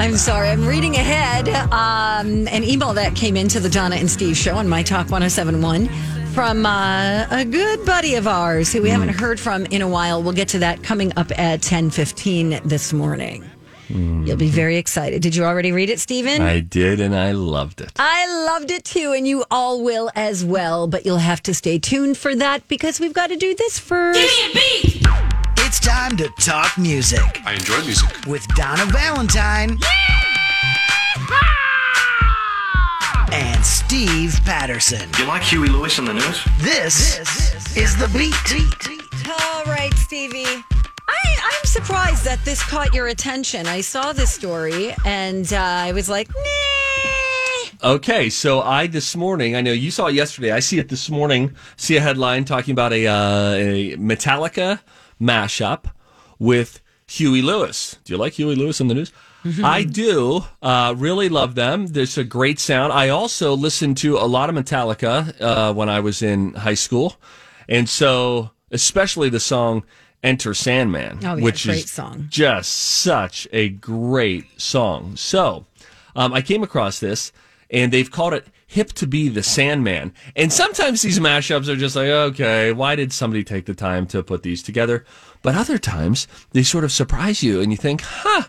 I'm sorry, I'm reading ahead. Um, an email that came into the Donna and Steve show on My Talk 1071 from uh, a good buddy of ours who we haven't heard from in a while. We'll get to that coming up at 10:15 this morning. You'll be very excited. Did you already read it, Stephen? I did, and I loved it. I loved it too, and you all will as well, but you'll have to stay tuned for that because we've got to do this first. It's time to talk music I enjoy music. with Donna Valentine and Steve Patterson. You like Huey Lewis on the news? This, is the beat. All right, Stevie. I, I'm surprised that this caught your attention. I saw this story and uh, I was like, nah. Okay, so I this morning, I know you saw it yesterday. I see it this morning. See a headline talking about a, uh, a Metallica mashup with Huey Lewis. Do you like Huey Lewis on the news? Mm-hmm. I do. Uh, really love them. There's a great sound. I also listened to a lot of Metallica uh, when I was in high school, and so especially the song "Enter Sandman," Oh, yeah, which great is song. just such a great song. So um, I came across this, and they've called it "Hip to Be the Sandman." And sometimes these mashups are just like, okay, why did somebody take the time to put these together? But other times they sort of surprise you, and you think, huh,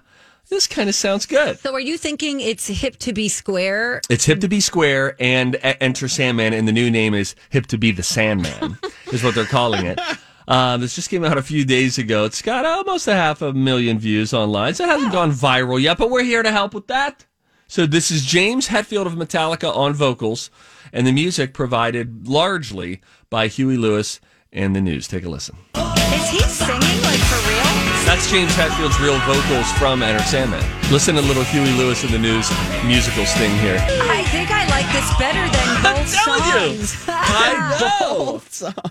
this kind of sounds good. So are you thinking it's hip to be square? It's Hip to Be Square and E- Enter Sandman, and the new name is Hip to Be the Sandman, is what they're calling it. Uh, this just came out a few days ago. It's got almost a half a million views online, so it hasn't gone viral yet, but we're here to help with that. So this is James Hetfield of Metallica on vocals, and the music provided largely by Huey Lewis and the News. Take a listen. Is he singing like for real? That's James Hetfield's real vocals from Enter Sandman. Listen to little Huey Lewis and the News musical sting here. I think I like this better than I'm both telling you. songs. I know.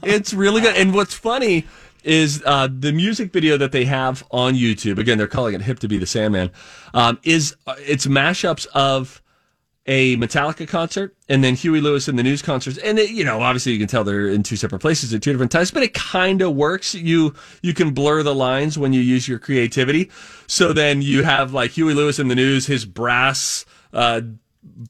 It's really good. And what's funny is uh, the music video that they have on YouTube. Again, they're calling it "Hip to Be the Sandman." Um, is uh, it's mashups of a Metallica concert and then Huey Lewis and the News concerts. And it, you know, obviously you can tell they're in two separate places at two different times, but it kind of works. You you can blur the lines when you use your creativity. So then you have like Huey Lewis and the News, his brass uh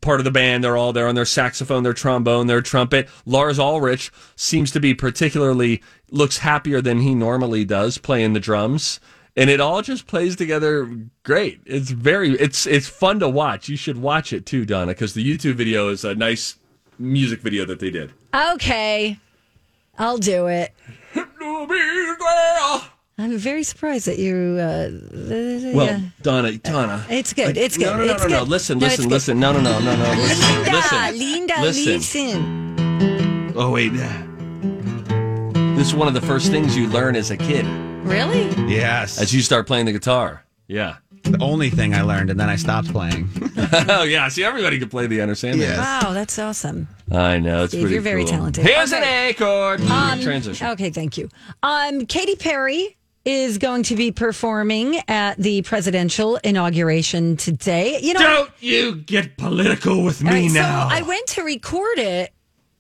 part of the band they're all there on their saxophone their trombone their trumpet lars ulrich seems to be particularly looks happier than he normally does playing the drums and it all just plays together great it's very it's it's fun to watch you should watch it too donna because the youtube video is a nice music video that they did Okay, I'll do it. I'm very surprised that you. Uh, well donna donna It's good, it's no, good, no no it's no no good. listen No, it's listen good. listen no no no no no listen Linda, listen Linda, listen. listen. Oh wait. This is one of the first things you learn as a kid Really? Yes. as you start playing the guitar. Yeah. the only thing I learned, and then I stopped playing. oh yeah. See, everybody can play the Enter Sandman. Wow, that's awesome. I know. It's Steve, pretty you're very cool. talented. Here's Okay. Um, oh. an A chord. Transition. Okay, thank you. Um, Katy Perry is going to be performing at the presidential inauguration today. You know, Don't you get political with all me right, so now? I went to record it.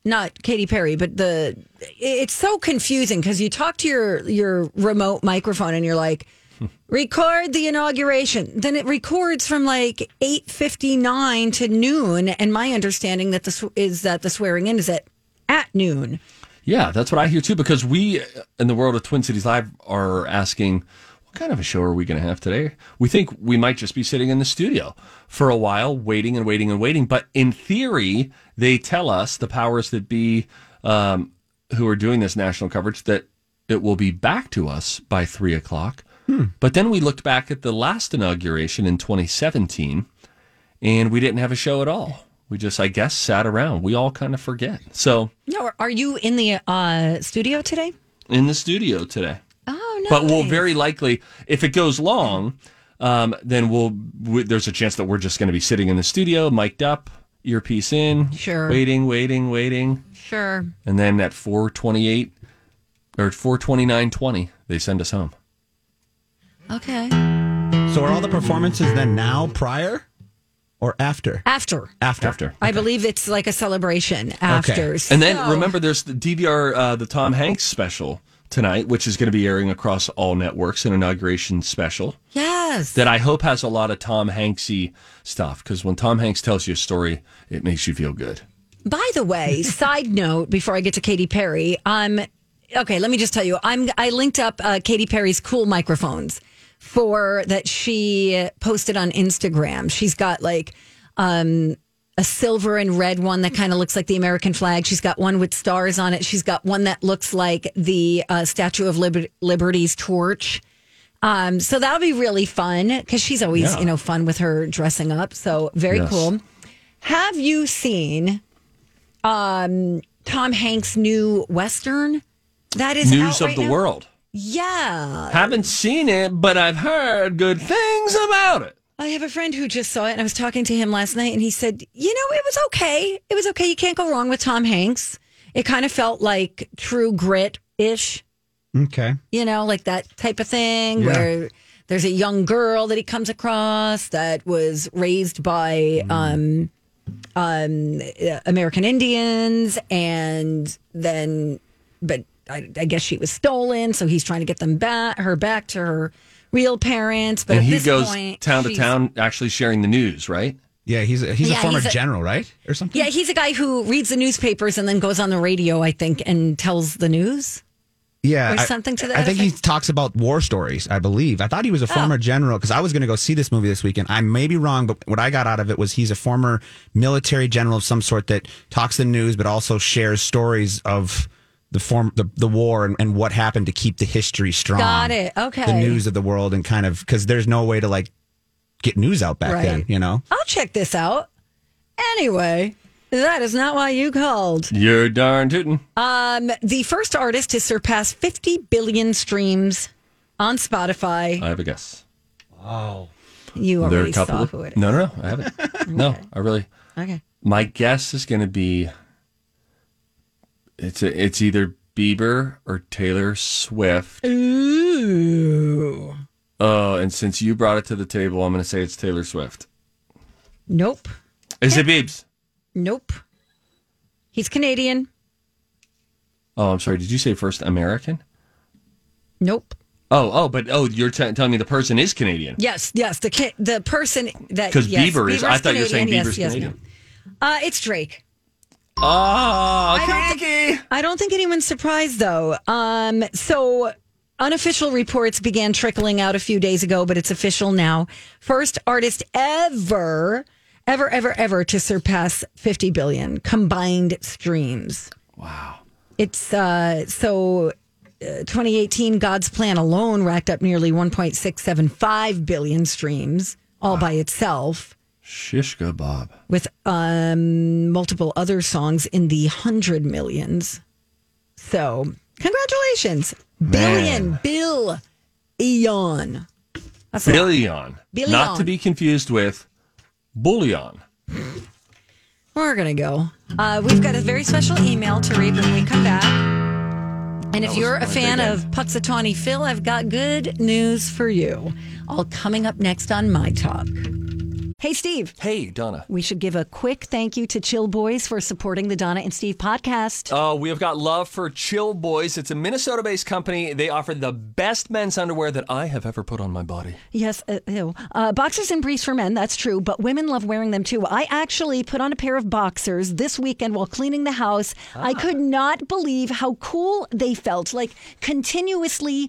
Not Katy Perry, but the it's so confusing because you talk to your your remote microphone and you're like, record the inauguration. Then it records from like eight fifty nine to noon. And my understanding that this is that the swearing in is at at noon. uh, yeah, that's what I hear too. Because we in the world of Twin Cities Live are asking. what kind of a show are we going to have today? We think we might just be sitting in the studio for a while, waiting and waiting and waiting. But in theory, they tell us, the powers that be um, who are doing this national coverage, that it will be back to us by three o'clock. But then we looked back at the last inauguration in 2017 and we didn't have a show at all. We just, I guess, sat around. We all kind of forget. So No, are you in the uh, studio today? in the studio today. Oh no. But we'll very likely, if it goes long, um, then we'll. We, there's a chance that we're just going to be sitting in the studio, mic'd up, earpiece in, Sure. waiting, waiting, waiting, sure. and then at four twenty eight or four twenty nine twenty, they send us home. Okay. So are all the performances then now prior or after? After. After. After. I believe it's like a celebration after. And then So- remember, there's the DVR, uh, the Tom Hanks special tonight, which is going to be airing across all networks, an inauguration special. Yes. that I hope has a lot of Tom Hanksy stuff because when Tom Hanks tells you a story, it makes you feel good. By the way, side note before I get to Katy Perry, I'm okay. Let me just tell you, I'm I linked up uh, Katy Perry's cool microphones for that she posted on Instagram. She's got like um, a silver and red one that kind of looks like the American flag. She's got one with stars on it. She's got one that looks like the uh, Statue of Liber- Liberty's torch. Um, so that'll be really fun because she's always Yeah. you know fun with her dressing up. So very Yes. cool. Have you seen? um, Tom Hanks' new Western. That is News out of right the now? world. Yeah, Haven't seen it, but I've heard good things about it. I have a friend who just saw it, and I was talking to him last night, and he said, "You know, it was okay. It was okay. You can't go wrong with Tom Hanks. It kind of felt like True Grit ish, Okay. you know, like that type of thing Yeah. where." There's a young girl that he comes across that was raised by Mm. um, um, uh, American Indians, and then, but I, I guess she was stolen, so he's trying to get them back, her back to her real parents. But and at he this goes point, town to she's- town actually sharing the news, right? Yeah, he's a, he's Yeah, a former he's a- general, right? Or something? Yeah, he's a guy who reads the newspapers and then goes on the radio, I think, and tells the news. Yeah. Or I- something to that Oh. I think he talks about war stories, I believe. I thought he was a former general because I was going to go see this movie this weekend. I may be wrong, but what I got out of it was he's a former military general of some sort that talks the news but also shares stories of the form the, the war and, and what happened to keep the history Ah. strong. Got it. Okay. The news of the world and kind of because there's no way to like get news out back Right. then, you know? I'll check this out. Anyway, that is not why you called. You're darn tootin'. Um, the first artist to surpass 50 billion streams on Spotify. I have a guess. You Uh, There are already a couple. saw Of, who it is. no, no, no. I haven't. No, I really. Okay. My guess is going to be. It's a, it's either Bieber or Taylor Swift. Ooh. Oh, and since you brought it to the table, I'm going to say it's Taylor Swift. Nope. Is it Biebs? Nope. He's Canadian. Oh, I'm sorry. Did you say first American? Nope. Oh, oh, but oh, you're t- telling me the person is Canadian Yes, yes. The ca- the person that because yes, Bieber is. I Bieber's thought you were saying Canadian. Bieber's Yes, yes, Canadian. no. Uh, it's Drake. Oh, don't Kiki. I don't think anyone's surprised though. Um, so unofficial reports began trickling out a few days ago, but it's official now. First artist ever, ever, ever, ever to surpass 50 billion combined streams. Wow. It's uh, so. uh, 2018 God's Plan alone racked up nearly 1.675 billion streams all by itself Shishka Bob. with um, multiple other songs in the hundred millions. So, congratulations, billion, Bill, Eon. That's a lot. Billion. Billion. Not to be confused with bullion. We're gonna go. Uh, we've got a very special email to read when we come back. And if you're a fan of Puxatawny Phil, I've got good news for you. All coming up next on My Talk. Hey, Steve. Hey, Donna. We should give a quick thank you to Chill Boys for supporting the Donna and Steve podcast. Oh, we have got love for Chill Boys. It's a Minnesota based company. They offer the best men's underwear that I have ever put on my body. Yes, uh, ew. Uh, boxers and briefs for men, that's true, but women love wearing them too. I actually put on a pair of boxers this weekend while cleaning the Ah. house. I could not believe how cool they felt, like continuously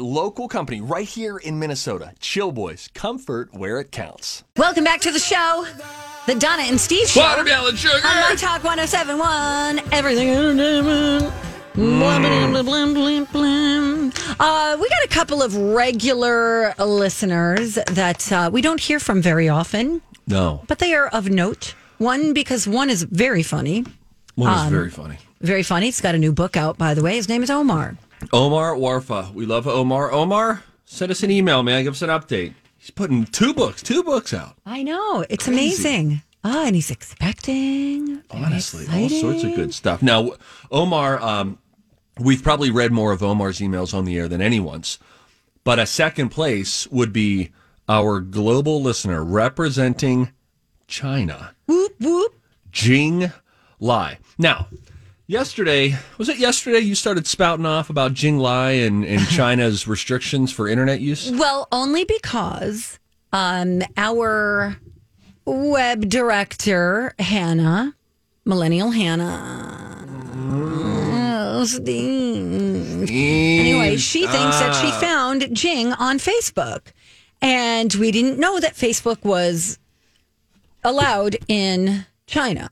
local company right here in Minnesota. Chill Boys, comfort where it counts. Welcome back to the show, the Donna and Steve Show. Watermelon sugar. on My Talk 1071. Everything. entertainment. Blah, blah, blah, blah, blah, blah. Uh, we got a couple of regular listeners that uh, we don't hear from very often, No, but they are of note. One, because one is very funny. one was Um, very funny. Very funny. He's got a new book out, by the way. His name is Omar. Omar Warfa. We love Omar. Omar, send us an email, man. Give us an update. He's putting two books, two books out. I know. It's amazing. Ah, and he's expecting. Honestly, all sorts of good stuff. Now, Omar, um, we've probably read more of Omar's emails on the air than anyone's, but a second place would be our global listener representing China, Whoop, whoop. Jing Lai. Now, yesterday, was it yesterday you started spouting off about Jing Lai and, and China's restrictions for internet use? Well, only because um, our web director, Hannah, millennial Hannah. Oh, Anyway, she thinks that Ah. she found Jing on Facebook. And we didn't know that Facebook was allowed in China.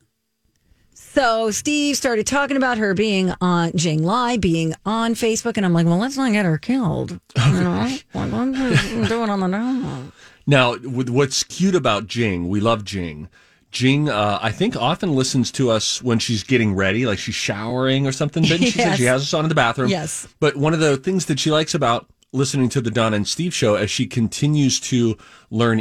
So Steve started talking about her being on Jing Lai, being on Facebook, and I'm like, well, let's not get her killed. You know, like, let's just do it on the normal. Now, with what's cute about Jing, we love Jing. Jing, uh, I think, often listens to us when she's getting ready, like she's showering or something. But she said Yes. she has us on in the bathroom. Yes. But one of the things that she likes about listening to the Donna and Steve show as she continues to learn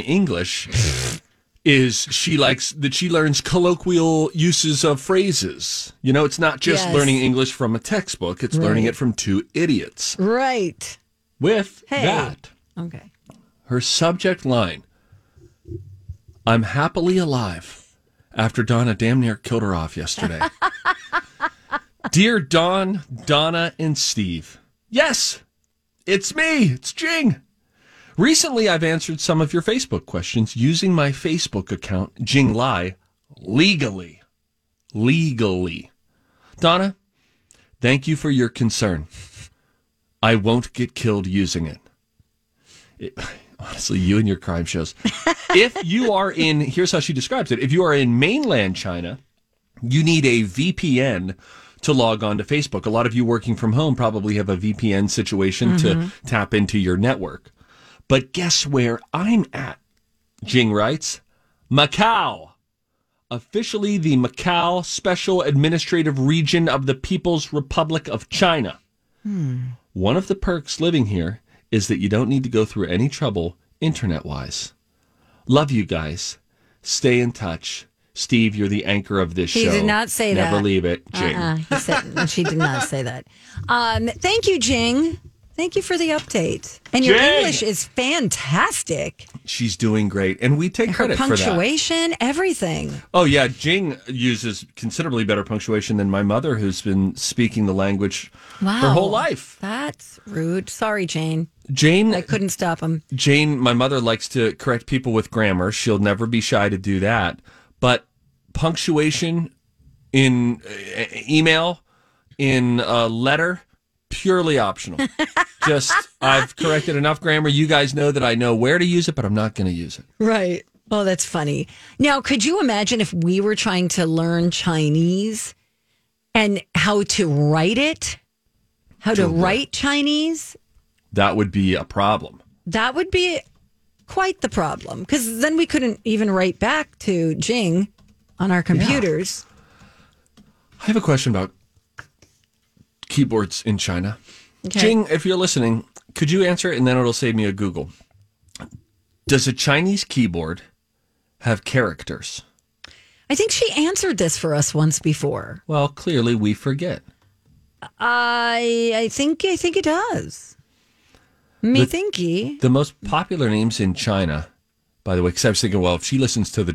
English is she likes that she learns colloquial uses of phrases. You know, it's not just Yes. learning English from a textbook, it's learning it from two idiots. Right. With Hey. that, Okay. her subject line I'm happily alive after Donna damn near killed her off yesterday. Dear Don, Donna, and Steve, yes, it's me, it's Jing. Recently, I've answered some of your Facebook questions using my Facebook account, Jing Lai, legally. Legally. Donna, thank you for your concern. I won't get killed using it honestly, you and your crime shows. if you are in, here's how she describes it if you are in mainland China, you need a VPN to log on to Facebook. A lot of you working from home probably have a VPN situation to tap into your network. But guess where I'm at? Jing writes Macau. Officially the Macau Special Administrative Region of the People's Republic of China. One of the perks living here is that you don't need to go through any trouble internet wise. Love you guys. Stay in touch. Steve, you're the anchor of this He show. did not say Never that. leave it, Jing. Uh, he said, she did not say that. Um, thank you, Jing. Thank you for the update. And your Jing! English is fantastic. She's doing great, and we take Her credit for that. punctuation, everything. Oh yeah, Jing uses considerably better punctuation than my mother, who's been speaking the language her Wow. whole life. That's rude. Sorry, Jane. Jane, I couldn't stop him. Jane, my mother likes to correct people with grammar. She'll never be shy to do that. But punctuation in uh, email, in a letter, purely optional. Just I've corrected enough grammar. You guys know that I know where to use it, but I'm not going to use it. Right. Oh, that's funny. Now, could you imagine if we were trying to learn Chinese and how to write it? How to write Chinese? That would be a problem. That would be quite the problem because then we couldn't even write back to Jing on our computers. I have a question about keyboards in China. Okay. Jing, if you're listening, could you answer it and then it'll save me a Google? Does a Chinese keyboard have characters? I think she answered this for us once before. Well, clearly we forget. I I think I think it does. Me thinky. The most popular names in China, by the way, because I was thinking, well, if she listens to the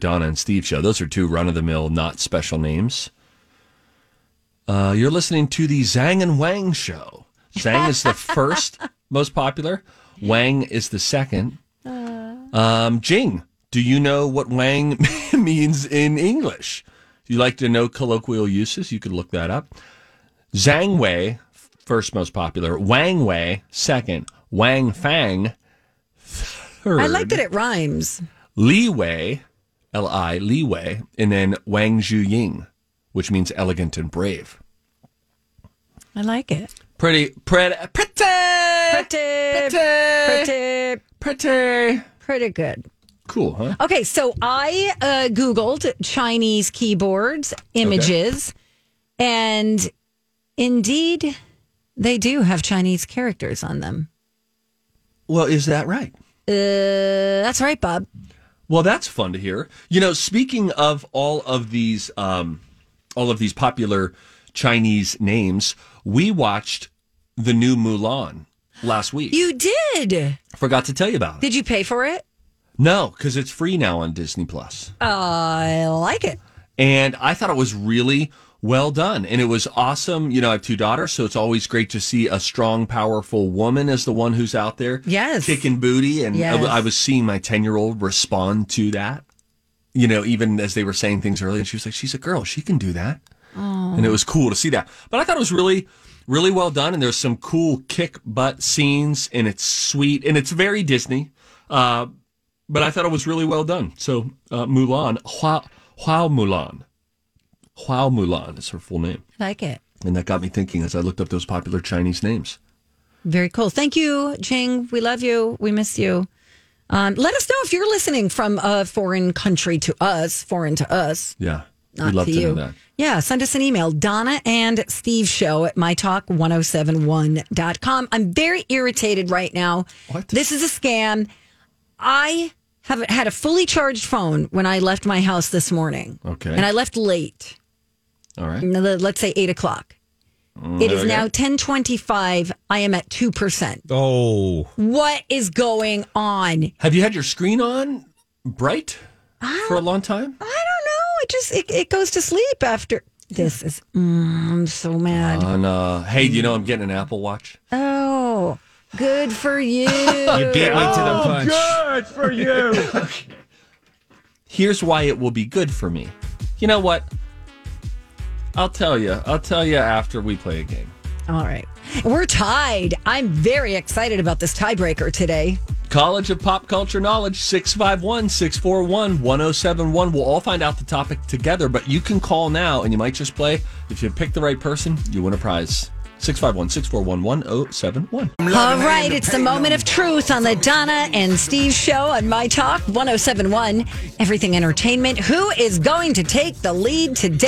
Donna and Steve show. Those are two run of the mill, not special names. Uh, you're listening to the Zhang and Wang show. Zhang is the first most popular, Wang is the second. Uh. Um, Jing, do you know what Wang means in English? If you like to know colloquial uses, you could look that up. Zhang Wei, first most popular. Wang Wei, second. Wang Fang, third. I like that it rhymes. Leeway, L I, leeway, and then Wang Zhu Ying, which means elegant and brave. I like it. Pretty, pretty, pretty, Pretty, pretty, pretty, pretty. pretty good. Cool, huh? Okay, so I uh, Googled Chinese keyboards images, and indeed, they do have Chinese characters on them. Well, is that right? Uh, that's right, Bob. Well, that's fun to hear. You know, speaking of all of these, um, all of these popular Chinese names, we watched the new Mulan last week. You did. Forgot to tell you about it. Did you pay for it? No, because it's free now on Disney Plus. I like it. and I thought it was really well done and it was awesome you know i have two daughters so it's always great to see a strong powerful woman as the one who's out there Yes. kicking booty and Yes. I, I was seeing my 10 year old respond to that you know even as they were saying things earlier and she was like she's a girl she can do that and it was cool to see that but i thought it was really really well done and there's some cool kick butt scenes and it's sweet and it's very disney uh, but i thought it was really well done so uh, mulan hua, hua mulan Hua Mulan is her full name. Like it. And that got me thinking as I looked up those popular Chinese names. Very cool. Thank you, Ching. We love you. We miss you. Um, let us know if you're listening from a foreign country to us, foreign to us. Yeah. Not We'd love to to, you. know that. Yeah, send us an email, Donna and Steve Show at mytalk1071.com. I'm very irritated right now. What? This is a scam. I have had a fully charged phone when I left my house this morning. Okay. And I left late, All right. let's say eight o'clock. It is Mm, okay. now 1025. I am at 2%. Oh, What is going on? Have you had your screen on bright for a long time? I don't know. It just, it, it goes to sleep after. This is, mm, I'm so mad. On uh hey, do you know I'm getting an Apple Watch? Oh, good for you. you beat me to Oh. the punch. Oh, for you. Here's why it will be good for me. You know what? I'll tell you. I'll tell you after we play a game. All right. We're tied. I'm very excited about this tiebreaker today. College of Pop Culture Knowledge, 651 641 1071. We'll all find out the topic together, but you can call now and you might just play. If you pick the right person, you win a prize. 651 641 1071. All right. It's the moment of truth on the Donna and Steve show on My Talk 1071, Everything Entertainment. Who is going to take the lead today?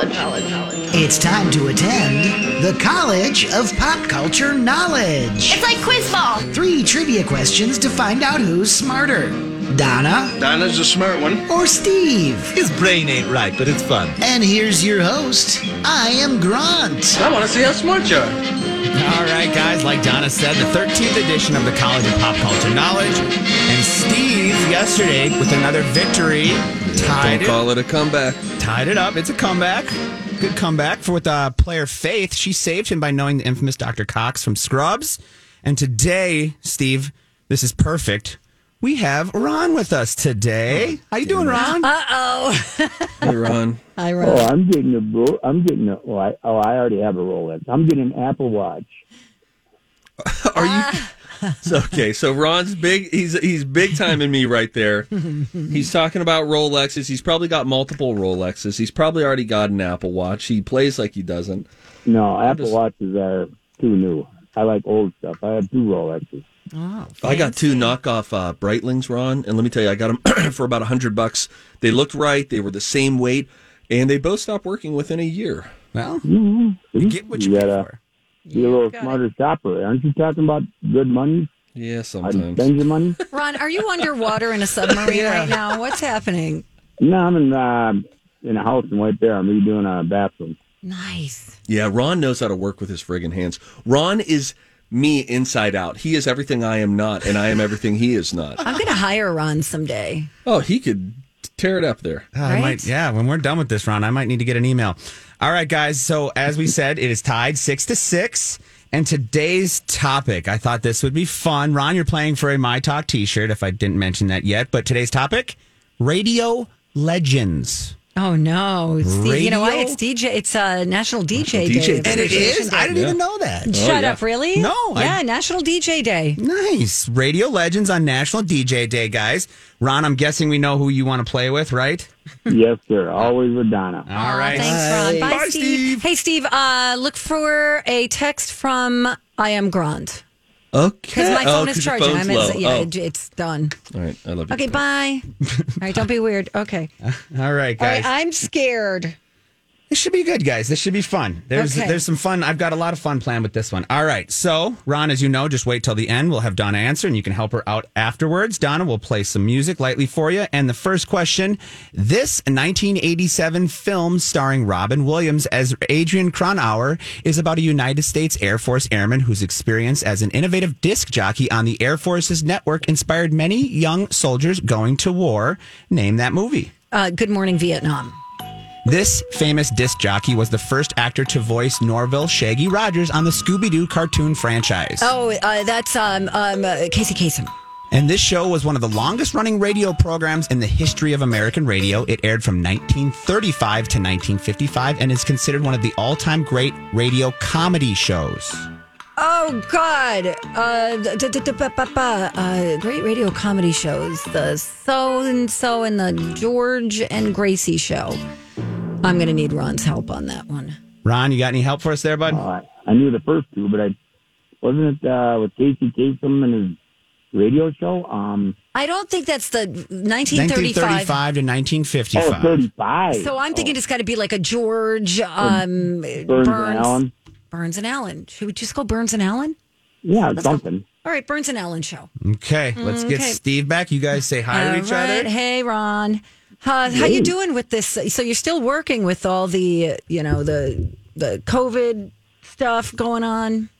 It's time to attend the College of Pop Culture Knowledge. It's like quiz ball. Three trivia questions to find out who's smarter Donna Dinah's a smart one. or Steve. His brain ain't right, but it's fun. And here's your host. I am Grant. I want to see how smart you are. All right, guys, like Donna said, the 13th edition of the College of Pop Culture Knowledge. And Steve, yesterday, with another victory, tied, it, it a comeback. tied it up. It's a comeback. Good comeback for with uh, player Faith. She saved him by knowing the infamous Dr. Cox from Scrubs. And today, Steve, this is perfect. We have Ron with us today. How you doing, Ron? Uh oh. Hey, Ron. I Oh, run. I'm getting a bro- I'm getting a. Oh I, oh, I already have a Rolex. I'm getting an Apple Watch. Are you So- okay, so Ron's big. He's he's big time in me right there. He's talking about Rolexes. He's probably got multiple Rolexes. He's probably already got an Apple Watch. He plays like he doesn't. No, Apple Watches are too new. I like old stuff. I have two Rolexes. I got two knockoff uh, Breitlings, Ron, and let me tell you, I got them for about a hundred bucks. They looked right. They were the same weight, and they both stopped working within a year. Well, Mm-hmm. You get what you pay gotta for. be a little smarter shopper. Aren't you talking about good money? Yeah, I sometimes. spend your money. Ron, are you underwater in a submarine right now? What's happening? no, I'm in uh, in a house and right there. I'm redoing a bathroom. Nice. Yeah, Ron knows how to work with his friggin' hands. Ron is me inside out. He is everything I am not, and I am everything he is not. I'm going to hire Ron someday. Oh, he could tear it up there. Uh, I Right? might, yeah, when we're done with this round, I might need to get an email. All right, guys. So as we said, it is tied six to six. And today's topic, I thought this would be fun. Ron, you're playing for a My Talk T-shirt. If I didn't mention that yet, but today's topic: radio legends. Oh no! It's the, you know why? Radio? It's DJ. It's uh, National DJ, Day. DJ Day. And it is. I didn't even know that. Shut yeah. up! Really? No, I- Yeah, National DJ Day. Nice radio legends on National DJ Day, guys. Ron, I'm guessing we know who you want to play with, right? yes, sir. Always with Donna. All right. Thanks, Ron. Bye, Bye, Steve. Steve. Hey, Steve. Uh, look for a text from I am Grand Okay. because my Oh, phone 'cause is your charging. phone's I'm in, yeah, low. Oh. it- it's done. All right, I love you. Okay, bye. All right, don't be weird. Okay. All right, All guys. right, I'm scared. This should be good, guys. This should be fun. There's Okay. there's some fun. I've got a lot of fun planned with this one. All right. So, Ron, as you know, just wait till the end. We'll have Donna answer and you can help her out afterwards. Donna will play some music lightly for you. And the first question this 1987 film starring Robin Williams as Adrian Cronauer is about a United States Air Force airman whose experience as an innovative disc jockey on the Air Force's network inspired many young soldiers going to war. Name that movie. Uh, good morning, Vietnam. This famous disc jockey was the first actor to voice Norville Shaggy Rogers on the Scooby Doo cartoon franchise. Oh, uh, that's um, um, uh, Casey Kasem. And this show was one of the longest running radio programs in the history of American radio. It aired from 1935 to 1955 and is considered one of the all time great radio comedy shows. Oh God! Uh, d- d- d- ba- ba- ba. Uh, great radio comedy shows. The So and So and the George and Gracie Show. I'm gonna need Ron's help on that one. Ron, you got any help for us there, bud? All right. Oh, I knew the first two, but I wasn't it uh, with Casey Kasem and his radio show. Um, I don't think that's the 1935. 1935 to oh, 1955. 35. So I'm thinking it's got to be like a George um, Burns, Oh. Burns and Allen. Burns and Allen. Should we just go Burns and Allen? Yeah, something. All right, Burns and Allen show. Okay, let's get Okay. Steve back. You guys say hi to each right. other. Hey, Ron. How, how you doing with this? So you're still working with all the, you know, the the COVID stuff going on.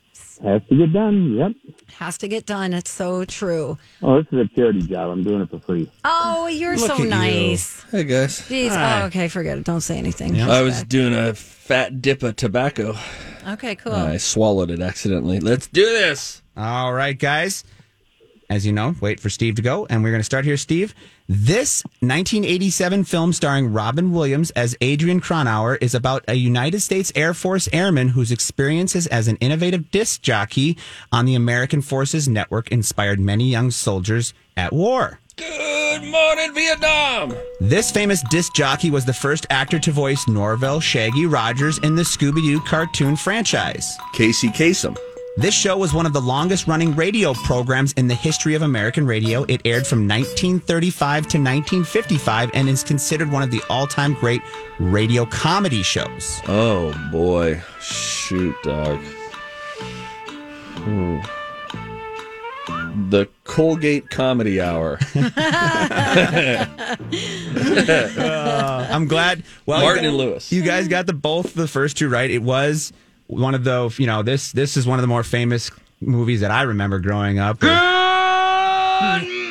Has to get done. Yep. Has to get done. It's so true. Oh, this is a charity job. I'm doing it for free. Oh, you're Look at so you. nice. Hey guys, Jeez. Oh, okay, forget it. Don't say anything. I was doing a fat dip of tobacco. Okay, cool. I swallowed it accidentally. Let's do this. All right, guys. As you know, wait for Steve to go, and we're going to start here, Steve. This 1987 film starring Robin Williams as Adrian Cronauer is about a United States Air Force airman whose experiences as an innovative disc jockey on the American Forces Network inspired many young soldiers at war. Good morning, Vietnam. This famous disc jockey was the first actor to voice Norville Shaggy Rogers in the Scooby Doo cartoon franchise. Casey Kasem. This show was one of the longest running radio programs in the history of American radio. It aired from 1935 to 1955 and is considered one of the all time great radio comedy shows. Oh boy, shoot, dog. Ooh. The Colgate Comedy Hour. I'm glad. Well, Martin you, and Lewis. You guys got the both the first two right. It was one of the, you know, this this is one of the more famous movies that I remember growing up. Good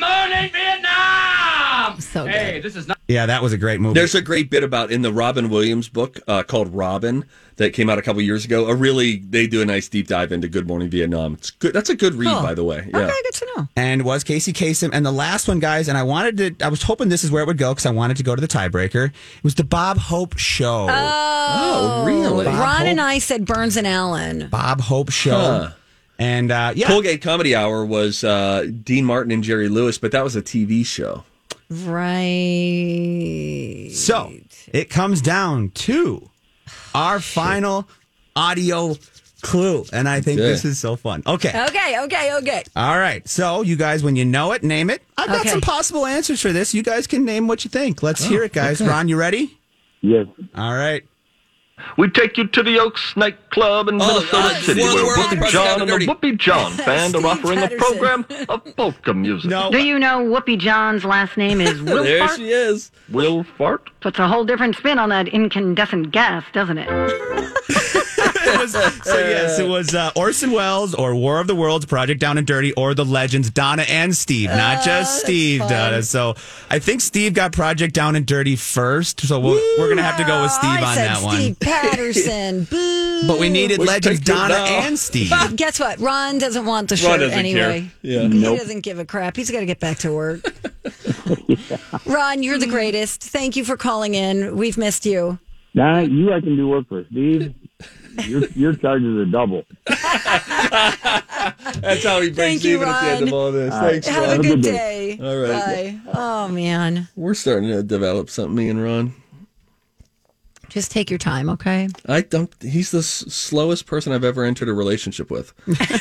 morning, Vietnam! So hey, this is not Yeah, that was a great movie. There's a great bit about in the Robin Williams book uh, called Robin that came out a couple years ago. A really they do a nice deep dive into Good Morning Vietnam. It's good. That's a good read, Cool. by the way. Yeah. good to know. and was Casey Kasem. And the last one, guys, and I wanted to, I was hoping this is where it would go because I wanted to go to the tiebreaker. It was the Bob Hope Show. Oh, really? Ron and Bob I said Burns and Allen. Bob Hope Show. Huh. And uh, yeah, Colgate Comedy Hour was uh, Dean Martin and Jerry Lewis, but that was a TV show. Right. So it comes down to our final audio clue. And I think Okay. this is so fun. Okay. Okay, okay, okay. All right. So you guys, when you know it, name it. I've got Okay. some possible answers for this. You guys can name what you think. Let's Oh, hear it, guys. okay. Ron, you ready? Yes. All right. We take you to the Oaks nightclub in Minnesota oh, City, Spoiler where alert. Whoopi John and the Dirty. Whoopi John band are offering a Patterson. program of polka music. Do you know Whoopi John's last name is Wilfart? There she is. Will Fart. Puts a whole different spin on that incandescent gas, doesn't it? It was- so yes, it was uh, Orson Welles or War of the Worlds, Project Down and Dirty, or the legends Donna and Steve, not just Steve. Donna. So I think Steve got Project Down and Dirty first. So we'll, we're gonna have to go with Steve I on said that one. Steve Patterson. Boo. But we needed We legends picked it Donna now. and Steve. Guess what? Ron doesn't want the Ron shirt doesn't anyway. care. Yeah. He Nope. doesn't give a crap. He's got to get back to work. Ron, you're the greatest. Thank you for calling in. We've missed you. Nah, you I can do work for Steve. Your your charges are double. That's how he Thank breaks you, even at the end Ron. of all this. All right. Thanks, Have Ron. a good day. All right. Bye. Oh, man. We're starting to develop something, me and Ron. Just take your time, okay? I don't. He's the s- slowest person I've ever entered a relationship with.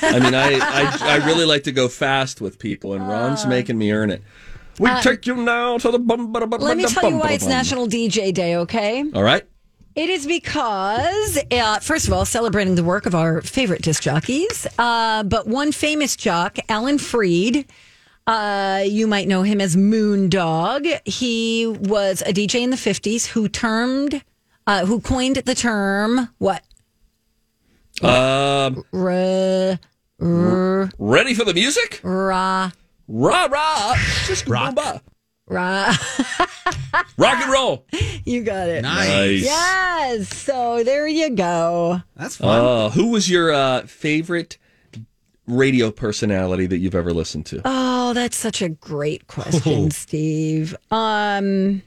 I mean, I, I I really like to go fast with people, and Ron's making me earn it. Ah. We Uh, take you now to the bum. ba- da- ba- Let me da- tell you bum- why ba- it's bum. National DJ Day, okay? All right. It is because, uh, first of all, celebrating the work of our favorite disc jockeys, uh, but one famous jock, Alan Freed. Uh, you might know him as Moondog. He was a DJ in the 50s who termed, uh, who coined the term, what? Um, Ra, r, ready for the music? ra, Rah rah. Just Rock. Rock ra. and roll. you got it. Nice. Yes. So there you go. That's Uh, who was your uh, favorite radio personality that you've ever listened to? Oh, that's such a great question, Oh. Steve. Um,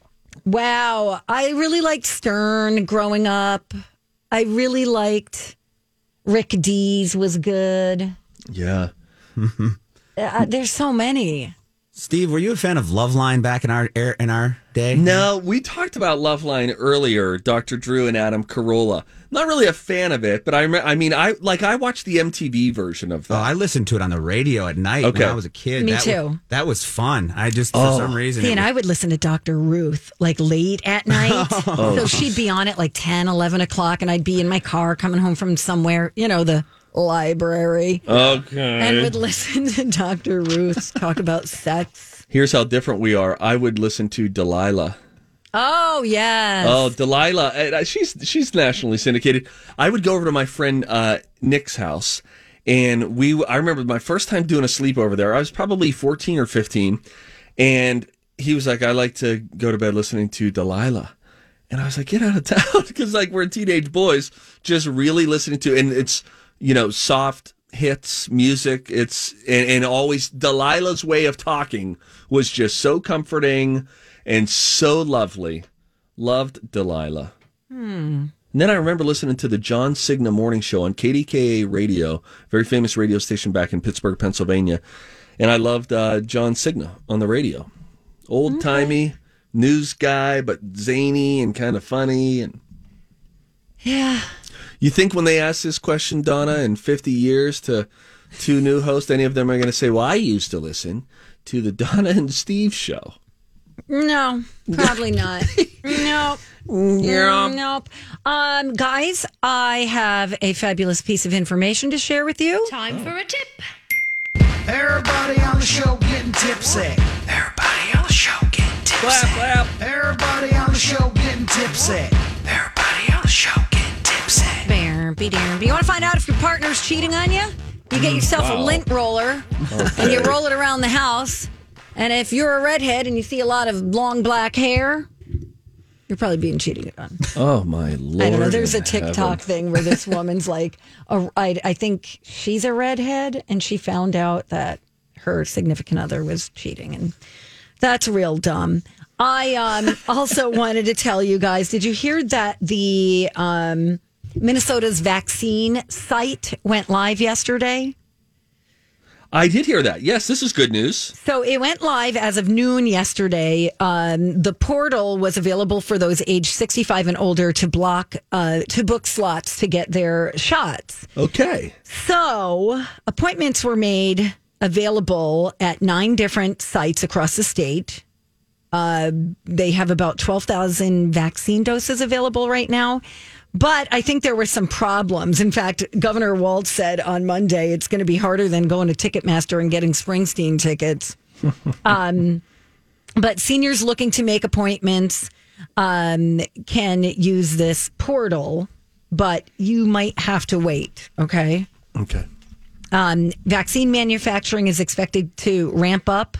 wow, I really liked Stern growing up. I really liked Rick Dees was good. Yeah. Uh, there's so many. Steve, were you a fan of Loveline back in our er, in our day? No, we talked about Loveline earlier, Dr. Drew and Adam Carolla. Not really a fan of it, but I, rem- I mean, I like I watched the MTV version of that. I listened to it on the radio at night Okay. when I was a kid. Me that wa- too. that was fun. I just Oh. for some reason. See, it and was- I would listen to Dr. Ruth like late at night. Oh. So she'd be on at like 10, 11 o'clock, and I'd be in my car coming home from somewhere, you know, the library. Okay. And would listen to Dr. Ruth talk about sex. Here's how different we are. I would listen to Delilah. Oh, yes. Oh, Delilah, and, uh, she's she's nationally syndicated. I would go over to my friend uh, Nick's house, and we. I remember my first time doing a sleepover there. I was probably fourteen or fifteen, and he was like, "I like to go to bed listening to Delilah." And I was like, get out of town. Because, like, we're teenage boys just really listening to, and it's, you know, soft hits, music. It's, and, and always Delilah's way of talking was just so comforting and so lovely. Loved Delilah. Hmm. And then I remember listening to the John Cigna Morning Show on KDKA Radio, very famous radio station back in Pittsburgh, Pennsylvania. And I loved uh, John Cigna on the radio. Old timey news guy, but zany and kind of funny. And Yeah. you think when they ask this question, Donna, in 50 years to two new hosts, any of them are going to say, Well, I used to listen to the Donna and Steve show. No, probably not. nope. Mm, Yeah. Nope. Um, guys, I have a fabulous piece of information to share with you. Time for a tip. Everybody on the show getting tipsy. Everybody on the show getting tipsy. Clap, clap. Everybody on the show getting tipsy. Everybody on the show getting tipsy. Bear, be dear, be- You want to find out if your partner's cheating on you? You get yourself a Wow. lint roller and you roll it around the house. And if you're a redhead and you see a lot of long black hair, You're probably being cheated on. Oh my lord! I don't know. There's a in TikTok heaven. thing where this woman's like, a, I, I think she's a redhead, and she found out that her significant other was cheating, and that's real dumb. I um, also wanted to tell you guys. Did you hear that the um, Minnesota's vaccine site went live yesterday? I did hear that. Yes, this is good news. So it went live as of noon yesterday. Um, the portal was available for those age 65 and older to block uh, to book slots to get their shots. Okay. So appointments were made available at nine different sites across the state. Uh, they have about 12,000 vaccine doses available right now. But I think there were some problems. In fact, Governor Walt said on Monday it's going to be harder than going to Ticketmaster and getting Springsteen tickets. um, but seniors looking to make appointments um, can use this portal, but you might have to wait. Okay. Okay. Um, vaccine manufacturing is expected to ramp up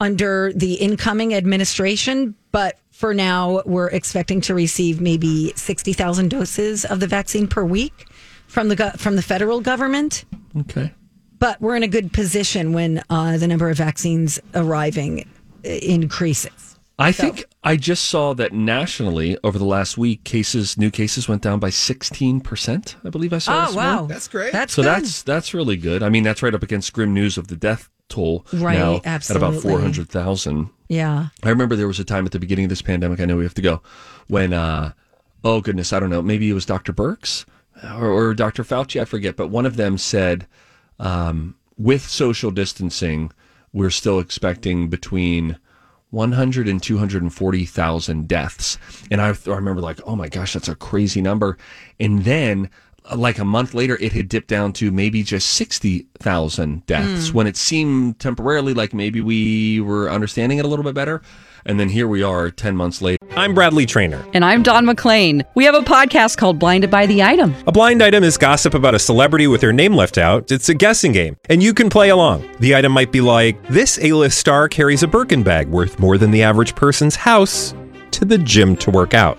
under the incoming administration, but for now, we're expecting to receive maybe 60,000 doses of the vaccine per week from the, go- from the federal government. Okay. But we're in a good position when uh, the number of vaccines arriving uh, increases. I think I just saw that nationally over the last week, cases new cases went down by sixteen percent. I believe I Oh, Oh, saw. this morning. That's great. That's so good. that's that's really good. I mean, that's right up against grim news of the death toll Right, now at absolutely. about four hundred thousand. yeah. I remember there was a time at the beginning of this pandemic. I know we have to go when. uh Oh goodness, I don't know. Maybe it was Dr. Burks or, or Dr. Fauci. I forget, but one of them said, um, with social distancing, we're still expecting between. 100 and 240,000 deaths. And I, I remember like, oh my gosh, that's a crazy number. And then uh, like a month later, it had dipped down to maybe just 60,000 deaths when it seemed temporarily like maybe we were understanding it a little bit better. And then here we are 10 months later. I'm Bradley Trainer. And I'm Don McClain. We have a podcast called Blinded by the Item. A blind item is gossip about a celebrity with their name left out. It's a guessing game, and you can play along. The item might be like this: A-list star carries a Birkin bag worth more than the average person's house to the gym to work out.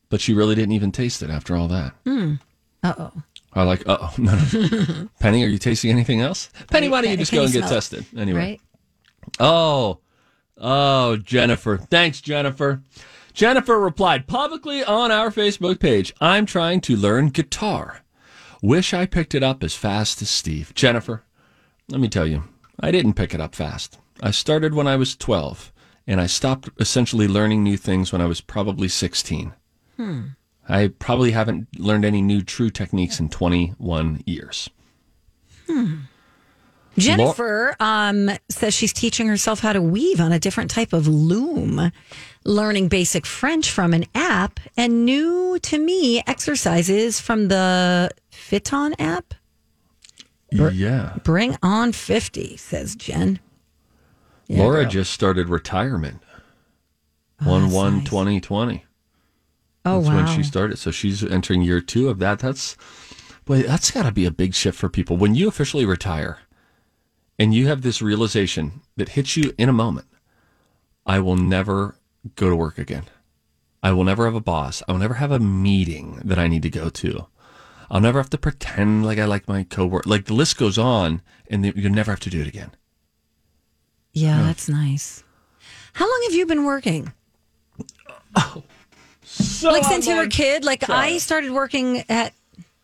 but she really didn't even taste it after all that. Hmm. Uh oh. I like, oh, no, no. Penny, are you tasting anything else? Penny, why don't you just go and get tested anyway? Right? Oh, oh, Jennifer. Thanks, Jennifer. Jennifer replied publicly on our Facebook page I'm trying to learn guitar. Wish I picked it up as fast as Steve. Jennifer, let me tell you, I didn't pick it up fast. I started when I was 12, and I stopped essentially learning new things when I was probably 16. Hmm. I probably haven't learned any new true techniques in 21 years. Hmm. Jennifer um, says she's teaching herself how to weave on a different type of loom, learning basic French from an app, and new to me exercises from the Fiton app. Yeah. Bring on 50, says Jen. Yeah, Laura girl. just started retirement. One one twenty twenty. Oh, That's wow. when she started. So she's entering year two of that. That's boy, that's gotta be a big shift for people. When you officially retire and you have this realization that hits you in a moment, I will never go to work again. I will never have a boss. I will never have a meeting that I need to go to. I'll never have to pretend like I like my coworker. Like the list goes on, and you'll never have to do it again. yeah, Yeah. that's nice. How long have you been working? So like since you were a long kid, like I time. started working at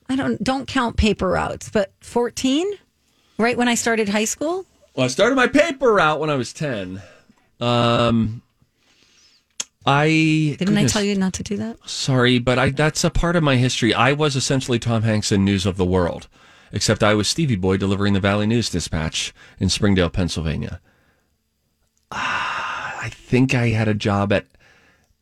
I don't don't count paper routes, but 14, right when I started high school. Well, I started my paper route when I was 10. Um, I Didn't I tell you not to do that? Sorry, but I that's a part of my history. I was essentially Tom Hanks in News of the World, except I was Stevie Boy delivering the Valley News Dispatch in Springdale, Pennsylvania. Ah, I think I had a job at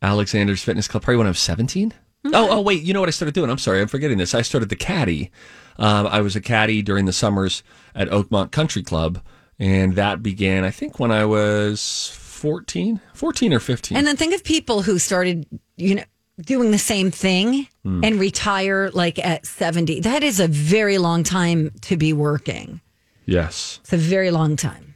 Alexander's Fitness Club probably when I was 17. Oh, oh, wait. You know what I started doing? I'm sorry. I'm forgetting this. I started the caddy. Um, I was a caddy during the summers at Oakmont Country Club. And that began, I think, when I was 14, 14 or 15. And then think of people who started, you know, doing the same thing Hmm. and retire like at 70. That is a very long time to be working. yes. It's a very long time.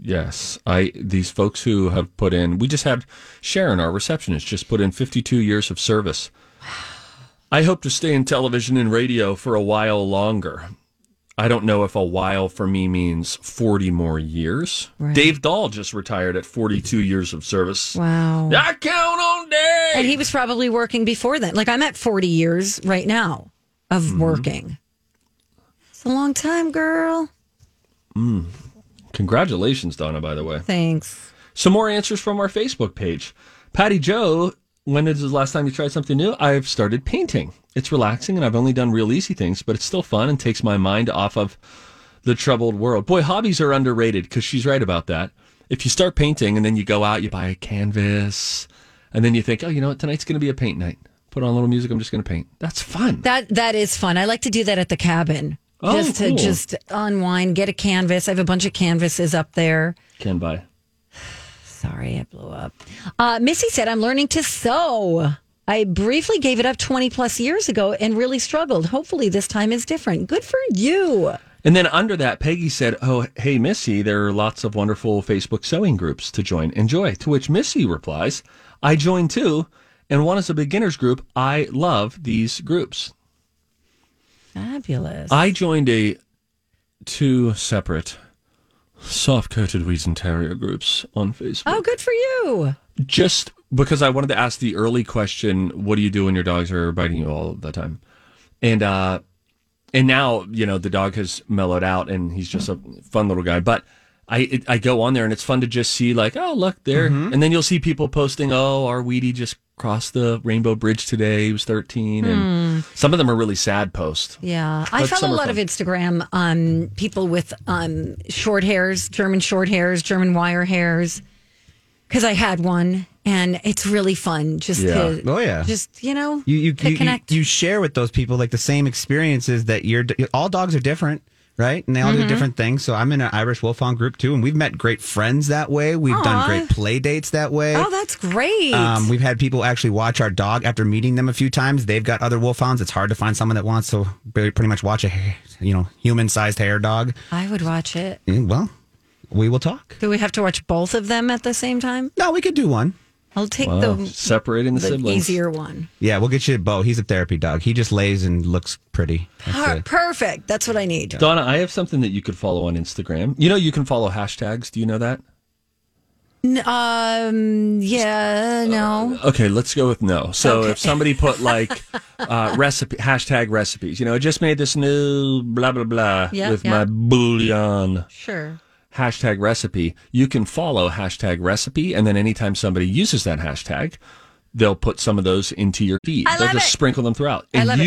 Yes, I these folks who have put in. We just had Sharon, our receptionist, just put in 52 years of service. I hope to stay in television and radio for a while longer. I don't know if a while for me means 40 more years. Dave Dahl just retired at 42 years of service. Wow. I count on day. And he was probably working before then. Like I'm at 40 years right now of Mm-hmm. working. It's a long time, girl. Mm. Congratulations, Donna, by the way. Thanks. Some more answers from our Facebook page. Patty Joe, when is the last time you tried something new? I've started painting. It's relaxing and I've only done real easy things, but it's still fun and takes my mind off of the troubled world. Boy, hobbies are underrated because she's right about that. If you start painting and then you go out, you buy a canvas, and then you think, oh, you know what? Tonight's going to be a paint night. Put on a little music. I'm just going to paint. That's fun. That that is fun. I like to do that at the cabin. Oh, just to cool. just unwind, get a canvas. I have a bunch of canvases up there. Can buy. Sorry, I blew up. Uh, Missy said, I'm learning to sew. I briefly gave it up 20 plus years ago and really struggled. Hopefully, this time is different. Good for you. And then under that, Peggy said, Oh, hey, Missy, there are lots of wonderful Facebook sewing groups to join. Enjoy. To which Missy replies, I joined too. And one is a beginner's group. I love these groups. Fabulous. I joined a two separate soft coated Wheaton Terrier groups on Facebook oh, good for you. just because I wanted to ask the early question, what do you do when your dogs are biting you all the time? And uh and now, you know, the dog has mellowed out and he's just a fun little guy, but I Mm-hmm. it, I go on there and it's fun to just see like, oh, look there. And then you'll see people posting, "Oh, our Weedy just crossed the Rainbow Bridge today. He was 13. Hmm. And some of them are really sad posts. Yeah, I But follow some a are lot of fun. Instagram um, people with um, short hairs, German short hairs, German wire hairs, because I had one, and it's really fun just to, oh yeah. just you know, you you, to you, you connect. you share with those people like the same experiences that you're all dogs are different right and they all do Mhm. different things so i'm in an irish wolfhound group too and we've met great friends that way we've Aw. done great play dates that way Oh, that's great. um, we've had people actually watch our dog after meeting them a few times. They've got other wolfhounds. It's hard to find someone that wants to really pretty much watch a, hair- you know, human-sized hair dog. I would watch it. Eh, Well, we will talk. Do we have to watch both of them at the same time? No, we could do one. I'll take Oh, the separating easier one. Yeah, we'll get you Bo. He's a therapy dog. He just lays and looks pretty. That's Per- it. perfect. That's what I need. Donna, I have something that you could follow on Instagram. You know, you can follow hashtags. Do you know that? N- um. Uh, Yeah. No. Okay, let's go with no. So if somebody put like uh, recipe hashtag recipes, you know, I just made this new blah blah blah Yeah, with yeah. my bouillon Sure. hashtag recipe. You can follow hashtag recipe, and then anytime somebody uses that hashtag, they'll put some of those into your feed. I they'll love just it. sprinkle them throughout, I and love it. you